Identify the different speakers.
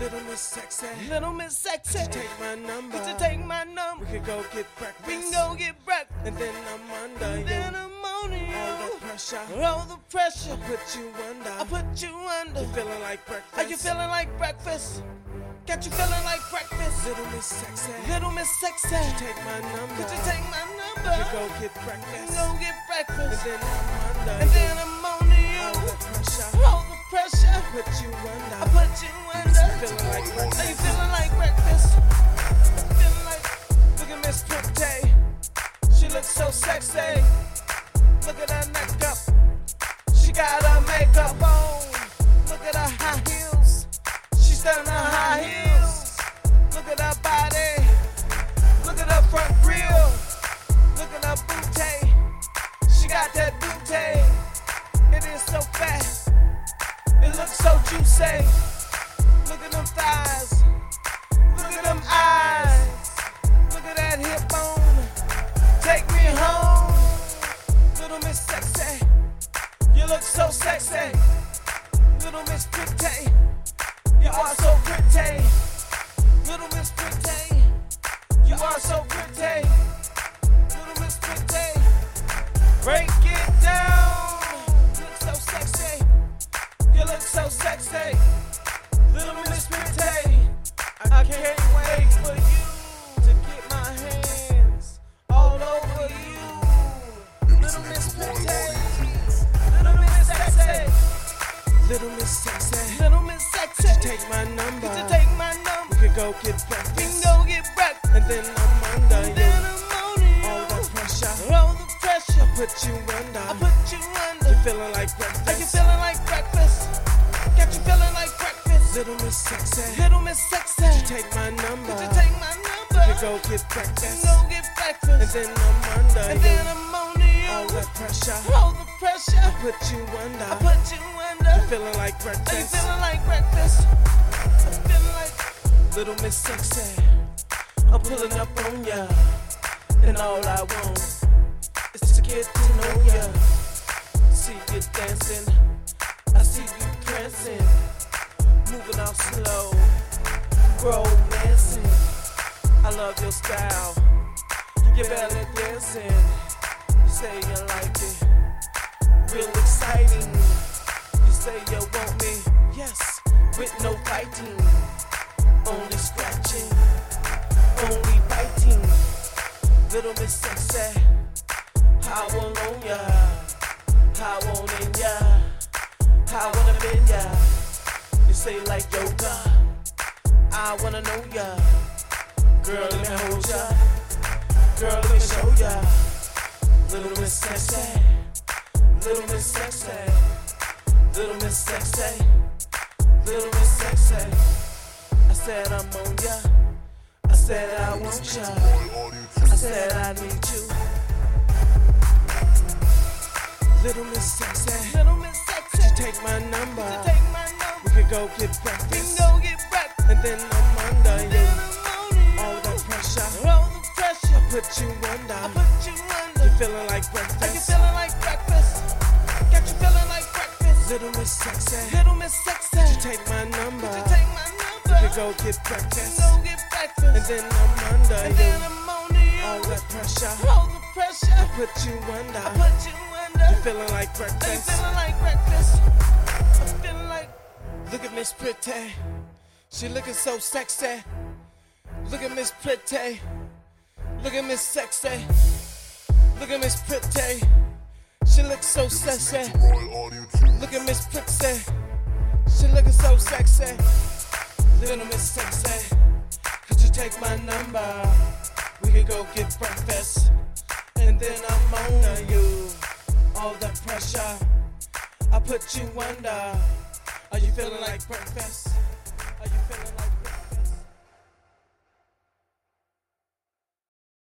Speaker 1: Little Miss Sexy.
Speaker 2: Little Miss Sexy.
Speaker 1: Could you take my number?
Speaker 2: Could you take my number?
Speaker 1: We could go get breakfast.
Speaker 2: We can go get breakfast.
Speaker 1: And then I'm under you.
Speaker 2: Then I'm on you.
Speaker 1: All the pressure.
Speaker 2: All the pressure.
Speaker 1: I put you under.
Speaker 2: I put you under.
Speaker 1: You feeling like breakfast?
Speaker 2: Are you feeling like breakfast? Got you feeling like breakfast.
Speaker 1: Little Miss Sexy.
Speaker 2: Little Miss Sexy.
Speaker 1: Could you take my number?
Speaker 2: Could you take my number?
Speaker 1: We go get breakfast.
Speaker 2: We go get breakfast.
Speaker 1: And then I'm under
Speaker 2: And
Speaker 1: you.
Speaker 2: then I'm on you.
Speaker 1: All the pressure.
Speaker 2: All the pressure.
Speaker 1: I put you under.
Speaker 2: I put you under.
Speaker 1: Feeling like breakfast.
Speaker 2: Are you feeling like breakfast? Feeling like look at Miss Pimp J. She looks so sexy. Look at her neck up. She got her makeup on. Look at her high heels. She's done her high heels. Look at her body. Look at her front grill. Look at her booty. She got that booty. It is so fat. It looks so juicy. Look at them thighs. Look at them eyes. Look at that hip bone. Take me home. Little Miss Sexy. You look so sexy. Little Miss Pretty. You are so pretty. Little Miss Pretty. You are so pretty. Little Miss Pretty. Break it down. You look so sexy. You look so sexy. Little Miss Pretty, I can't wait for you to get my hands all over you. Little Miss Pretty, Little Miss Sexy,
Speaker 1: Little Miss Sexy.
Speaker 2: Little Miss Sexy.
Speaker 1: Could you take my number?
Speaker 2: Could you take my
Speaker 1: we
Speaker 2: number?
Speaker 1: could go get
Speaker 2: We can
Speaker 1: breakfast.
Speaker 2: go get breakfast.
Speaker 1: And then I'm under you.
Speaker 2: Then I'm on you.
Speaker 1: All the pressure.
Speaker 2: All the pressure.
Speaker 1: Put you under.
Speaker 2: I put you
Speaker 1: you
Speaker 2: under.
Speaker 1: feeling like breakfast.
Speaker 2: Are you feeling like breakfast? Got you feeling like breakfast.
Speaker 1: Little Miss Sexy.
Speaker 2: Little Miss Sexy.
Speaker 1: Could you take my number?
Speaker 2: Could you take my number?
Speaker 1: We go get breakfast.
Speaker 2: Go get
Speaker 1: And
Speaker 2: breakfast.
Speaker 1: then I'm under
Speaker 2: And
Speaker 1: you.
Speaker 2: then I'm on you.
Speaker 1: All the pressure.
Speaker 2: All the pressure.
Speaker 1: Put you under.
Speaker 2: I put you
Speaker 1: you
Speaker 2: under.
Speaker 1: feeling like
Speaker 2: Are you
Speaker 1: breakfast.
Speaker 2: feeling like breakfast? I'm feeling like
Speaker 1: Little Miss Sexy. I'm pulling up on ya. And all I want is to get to know ya. See you dancing. I see you prancing. Moving off slow. Romancing. I love your style. Your belly dancing. You say you like it. Real exciting. You say you want me. Yes. With no fighting. Only scratching. Only biting. Little Miss Sexy. I want on ya. I want in ya. I wanna be ya. You say like yoga. I wanna know ya. Girl, let me hold ya. Girl, let me show ya. Little Miss Sexy. Little Miss Sexy. Little Miss Sexy. Little Miss Sexy. I said I'm on ya. I said I want ya. I said I need you. Little Miss Sexy.
Speaker 2: little Miss Sexy.
Speaker 1: Take my
Speaker 2: To
Speaker 1: number.
Speaker 2: take my
Speaker 1: We
Speaker 2: number.
Speaker 1: could go get
Speaker 2: We can
Speaker 1: breakfast.
Speaker 2: go get breakfast.
Speaker 1: And then I'm under
Speaker 2: Then
Speaker 1: you.
Speaker 2: I'm
Speaker 1: All
Speaker 2: on
Speaker 1: the
Speaker 2: you.
Speaker 1: pressure.
Speaker 2: All the pressure.
Speaker 1: Put you
Speaker 2: I
Speaker 1: under.
Speaker 2: put you
Speaker 1: You
Speaker 2: under.
Speaker 1: feeling like
Speaker 2: Are you
Speaker 1: breakfast.
Speaker 2: feeling like breakfast? Got you feeling like breakfast.
Speaker 1: Little Miss Sexy.
Speaker 2: Little Miss Sexy. To
Speaker 1: Take my number.
Speaker 2: take my
Speaker 1: We
Speaker 2: number.
Speaker 1: could go get
Speaker 2: We can
Speaker 1: breakfast.
Speaker 2: go get
Speaker 1: And
Speaker 2: breakfast.
Speaker 1: then I'm under
Speaker 2: And then
Speaker 1: you.
Speaker 2: I'm on
Speaker 1: All
Speaker 2: you.
Speaker 1: the pressure.
Speaker 2: All the pressure.
Speaker 1: Put you
Speaker 2: I
Speaker 1: under.
Speaker 2: put you
Speaker 1: You
Speaker 2: under.
Speaker 1: feeling like
Speaker 2: Are you
Speaker 1: breakfast.
Speaker 2: feeling like breakfast? I'm feeling like
Speaker 1: Look at Miss Pretty. She looking so sexy. Look at Miss Pretty. Look at Miss Sexy. Look at Miss Pretty. She looks so sexy. Look at Miss Pretty. She looking so sexy. Little Miss Sexy. Could you take my number? We could go get breakfast. And then I'm on you. All the pressure. I put you under. Are you feeling like breakfast? Are you feeling like